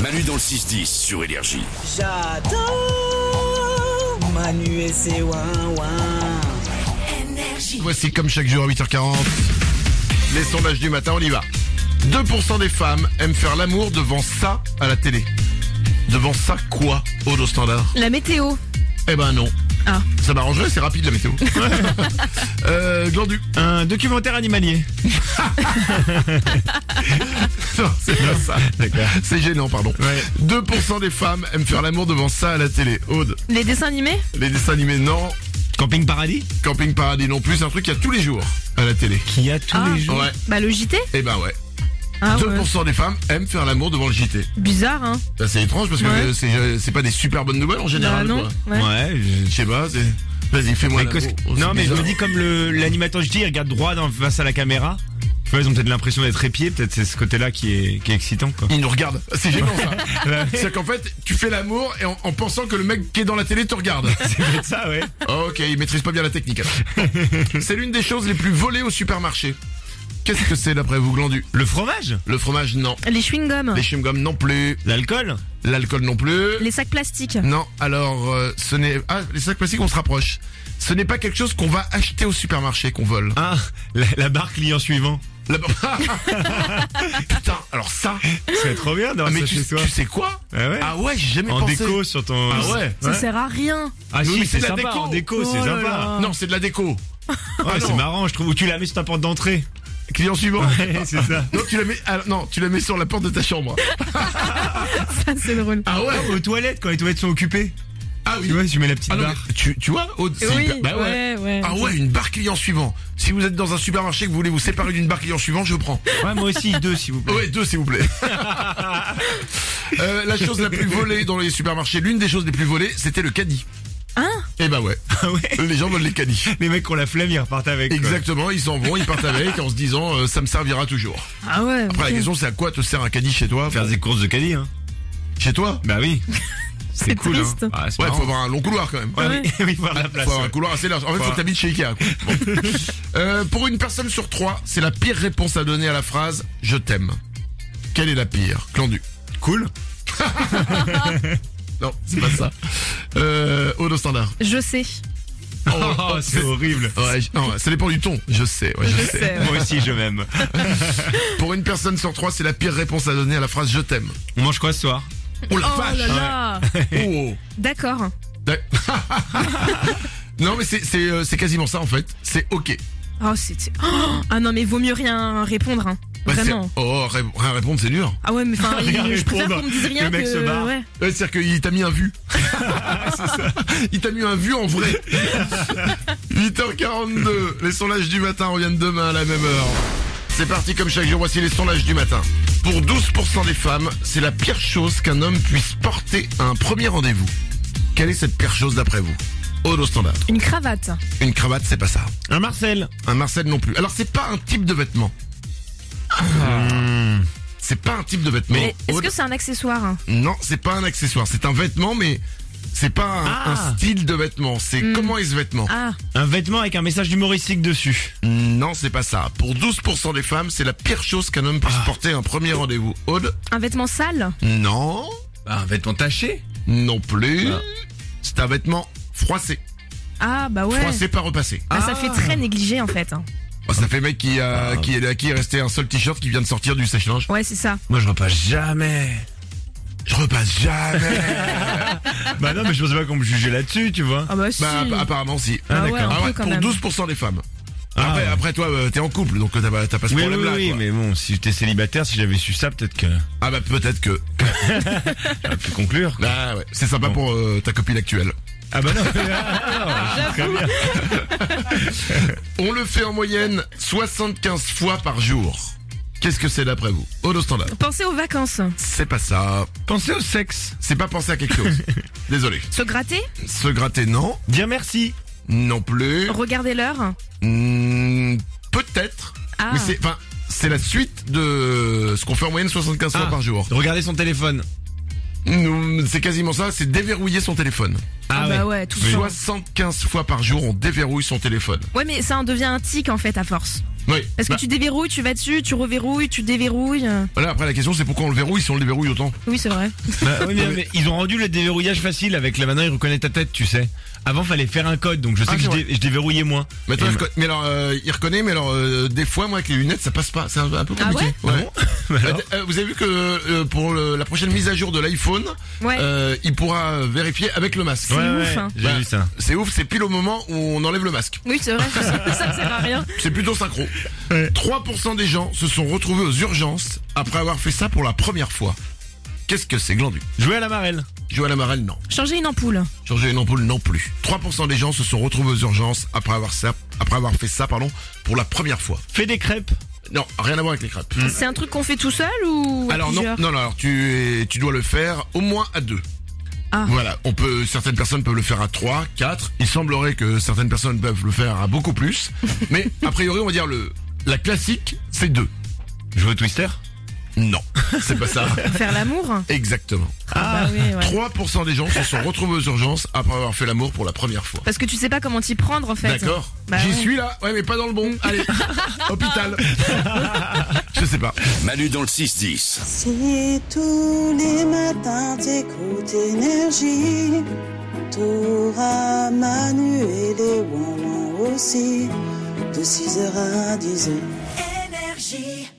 Manu dans le 6-10 sur Énergie. J'adore Manu et ses ouin-ouin. Voici comme chaque jour à 8h40 les sondages du matin, on y va. 2% des femmes aiment faire l'amour devant ça à la télé. Devant ça quoi, Odo Standard La météo. Eh ben non. Ah. Ça m'arrangerait, c'est rapide la météo. euh, Glandu. Un documentaire animalier. Non, c'est pas ça. C'est gênant, pardon. 2% des femmes aiment faire l'amour devant ça à la télé. Aude, Les dessins animés les dessins animés, non. Camping Paradis Camping Paradis non plus, c'est un truc qu'il y a tous les jours à la télé. Qui a tous Ah. les jours. Ouais, Bah le JT eh ben ouais. Ah ouais. 2% des femmes aiment faire l'amour devant le JT. Bizarre hein Bah, c'est étrange parce que Ouais. euh, c'est euh, c'est pas des super bonnes nouvelles en général. Bah non quoi. ouais. Je je- sais pas, c'est- Vas-y, fais-moi Mais la qu'est-ce que- non, mais je me dis comme le- l'animateur JT il regarde droit dans- face à la caméra. Tu vois, ils ont peut-être l'impression d'être épiés, peut-être c'est ce côté-là qui est, qui est excitant, quoi. Il nous regarde. C'est gênant ça. C'est qu'en fait, tu fais l'amour et en, en pensant que le mec qui est dans la télé te regarde. C'est peut-être ça, ouais. ok, il maîtrise pas bien la technique. alors. C'est l'une des choses les plus volées au supermarché. Qu'est-ce que c'est d'après vous, Glandu Le fromage, Le fromage, non. Les chewing-gums. Les chewing-gums, non plus. l'alcool, L'alcool, non plus. Les sacs plastiques. Non, alors euh, ce n'est ah les sacs plastiques on se rapproche. Ce n'est pas quelque chose qu'on va acheter au supermarché qu'on vole. ah, la, la barre client suivant. La- Putain, alors ça, C'est trop bien ah, d'avoir mais ça tu, chez toi. tu sais quoi Ah ouais. Ah ouais, j'ai jamais en pensé. déco sur ton. Ah ouais. Ça sert à rien. Ah Mais oui, c'est si, c'est de la sympa. déco. En déco, c'est Oh là sympa. là. Non, c'est de la déco. Ouais, non. c'est marrant, je trouve. Ou tu la mets sur ta porte d'entrée. Client suivant. Ouais, c'est ça. Non, tu la mets ah, non, tu la mets sur la porte de ta chambre. Ça c'est drôle. Ah ouais. Aux toilettes, quand les toilettes sont occupées. Ah oui. Tu vois, tu mets la petite Ah non, barre. mais tu, tu vois, Aude, c'est Oui, hyper- bah ouais. ouais, ouais. Ah ouais, une barre client suivant. Si vous êtes dans un supermarché que vous voulez vous séparer d'une barre client suivant, je prends. Ouais, moi aussi, deux, s'il vous plaît. Ouais, deux s'il vous plaît. Euh, la chose la plus volée dans les supermarchés, l'une des choses les plus volées, c'était le caddie. Hein Eh bah ouais, Ah ouais. les gens volent les caddies. Les mecs qui ont la flemme, ils repartent avec. euh, quoi. Exactement, ils s'en vont, ils partent avec en se disant euh, ça me servira toujours. Ah ouais. Après ok. la question c'est à quoi te sert un caddie chez toi Faire des courses de caddie, hein. Chez toi Bah oui. C'est cool, hein. triste. Ah, c'est Ouais, marrant. faut avoir un long couloir quand même. Ouais, oui, oui, faut avoir de la place. Faut avoir un couloir assez large. En fait, faut, Faut que t'habites chez Ikea. quoi. Bon. Euh, pour une personne sur trois, c'est la pire réponse à donner à la phrase "je t'aime". Quelle est la pire, Clandu Cool. Non, c'est pas ça. Euh, Odo standard. Je sais. Oh, c'est horrible. Ouais, je- non, ça dépend du ton. Je sais, ouais, je, Je sais. sais. ouais. Moi aussi, je m'aime. Pour une personne sur trois, c'est la pire réponse à donner à la phrase je t'aime. On mange quoi ce soir Oh la Oh vache là là. Oh, oh. D'accord. D'ac- Non mais c'est c'est euh, c'est quasiment ça en fait. C'est ok. Oh, c'est... c'est- oh, ah non, mais vaut mieux rien répondre. hein. Bah, c'est- Vraiment. oh ré- rien répondre c'est dur. Ah ouais, mais enfin, Rien je préfère répondre. qu'on me dise rien Le mec que... se barre. ouais. Ouais, C'est-à-dire qu'il t'a mis un vu. Il t'a mis un vu en vrai. 8h42. Les sondages du matin reviennent demain à la même heure. C'est parti comme chaque jour. Voici les sondages du matin. Pour 12% des femmes, c'est la pire chose qu'un homme puisse porter à un premier rendez-vous. Quelle est cette pire chose d'après vous Aude au standard. Une cravate. Une cravate, c'est pas ça. Un Marcel. Un Marcel non plus. Alors c'est pas un type de vêtement. Hmm. C'est pas un type de vêtement. Ah. Mais est-ce Aude- que c'est un accessoire hein Non, c'est pas un accessoire. C'est un vêtement, mais c'est pas un, Ah. un style de vêtement. C'est comment est ce vêtement. Hmm. Ah, Un vêtement avec un message humoristique dessus. Non, c'est pas ça. Pour 12% des femmes, c'est la pire chose qu'un homme Ah. puisse porter à un premier rendez-vous. Aude un vêtement sale Non. Ah, un vêtement taché Non plus. Ah. C'est un vêtement froissé. Ah bah ouais. Froissé, pas repassé. Ah. Bah, Ça fait très négligé en fait. hein. Oh, ça fait mec qui, a, qui, est, à qui est resté un seul t-shirt qui vient de sortir du sèche-linge. Ouais, c'est ça. Moi, je repasse jamais. Je repasse jamais. Bah non, mais je pensais pas qu'on me jugeait là-dessus, tu vois. Ah bah si. bah, app- apparemment, si. Ah ouais, d'accord. un Ah peu ouais, quand pour même. 12% des femmes. Ah après, ouais. après, toi, euh, t'es en couple, donc t'as pas, t'as pas ce Oui, oui, problème-là. oui, quoi. mais bon, si j'étais célibataire, si j'avais su ça, peut-être que Ah bah peut-être que. j'aurais pu conclure. quoi. Ah ouais, c'est sympa Bon. pour euh, ta copine actuelle. Ah bah non, Ah non, très bien. On le fait en moyenne 75 fois par jour. Qu'est-ce que c'est d'après vous Au standard. Pensez aux vacances. C'est pas ça. Pensez au sexe. C'est pas penser à quelque chose. Désolé. Se gratter, Se gratter, non. Dire merci. Non plus. regarder l'heure. Hmm, Peut-être. Ah. Mais c'est, enfin, c'est la suite de ce qu'on fait en moyenne 75 fois Ah. par jour. Regarder son téléphone. Hmm, C'est quasiment ça. C'est déverrouiller son téléphone. Ah, bah ouais, tout ça. 75 fois par jour, on déverrouille son téléphone. Ouais, mais ça en devient un tic en fait à force. Oui. Parce que Bah, tu déverrouilles, tu vas dessus, tu reverrouilles, tu déverrouilles. euh. Voilà, après la question c'est pourquoi on le verrouille si on le déverrouille autant. Oui, c'est vrai. Bah, oui, mais, mais ils ont rendu le déverrouillage facile avec la maintenant ils reconnaissent ta tête, tu sais. Avant fallait faire un code, donc je sais Ah, que c'est je, vrai. dé- je déverrouillais moins. Mais, attends, Et il reco- mais alors, euh, il reconnaît, mais alors, euh, des fois, moi, avec les lunettes, ça passe pas. C'est un, un peu Ah compliqué. ma- Ouais. Ah bon Bah alors Euh, euh, vous avez vu que euh, pour le- la prochaine mise à jour de l'iPhone, Ouais. euh, il pourra vérifier avec le masque. C'est ouf, hein. J'ai Bah, vu ça. C'est ouf, c'est pile au moment où on enlève le masque. Oui, c'est vrai. ça sert à rien. C'est plutôt synchro. 3% des gens se sont retrouvés aux urgences après avoir fait ça pour la première fois. Qu'est-ce que c'est glandu Jouer à la marelle. Jouer à la marelle, non. Changer une ampoule. Changer une ampoule, non plus. 3% des gens se sont retrouvés aux urgences après avoir, ça, après avoir fait ça pardon, pour la première fois. Fais des crêpes. Non, rien à voir avec les crêpes. C'est un truc qu'on fait tout seul ou à Alors non, plusieurs non, non, alors tu, es- tu dois le faire au moins à deux. Ah. Voilà, on peut, certaines personnes peuvent le faire à trois, quatre. Il semblerait que certaines personnes peuvent le faire à beaucoup plus. Mais a priori, on va dire le, la classique, c'est deux. Jouer au twister. Non, c'est pas ça. Faire l'amour Exactement. Ah, bah oui, ouais. 3% des gens se sont retrouvés aux urgences après avoir fait l'amour pour la première fois. Parce que tu sais pas comment t'y prendre en fait. D'accord. Bah J'y ouais. suis là. Ouais, mais pas dans le bon. Allez, hôpital. Je sais pas. Manu dans le 6-10. Si tous les matins t'écoutes énergie, t'auras Manu et les Wawan aussi, de 6h à 10h. Énergie.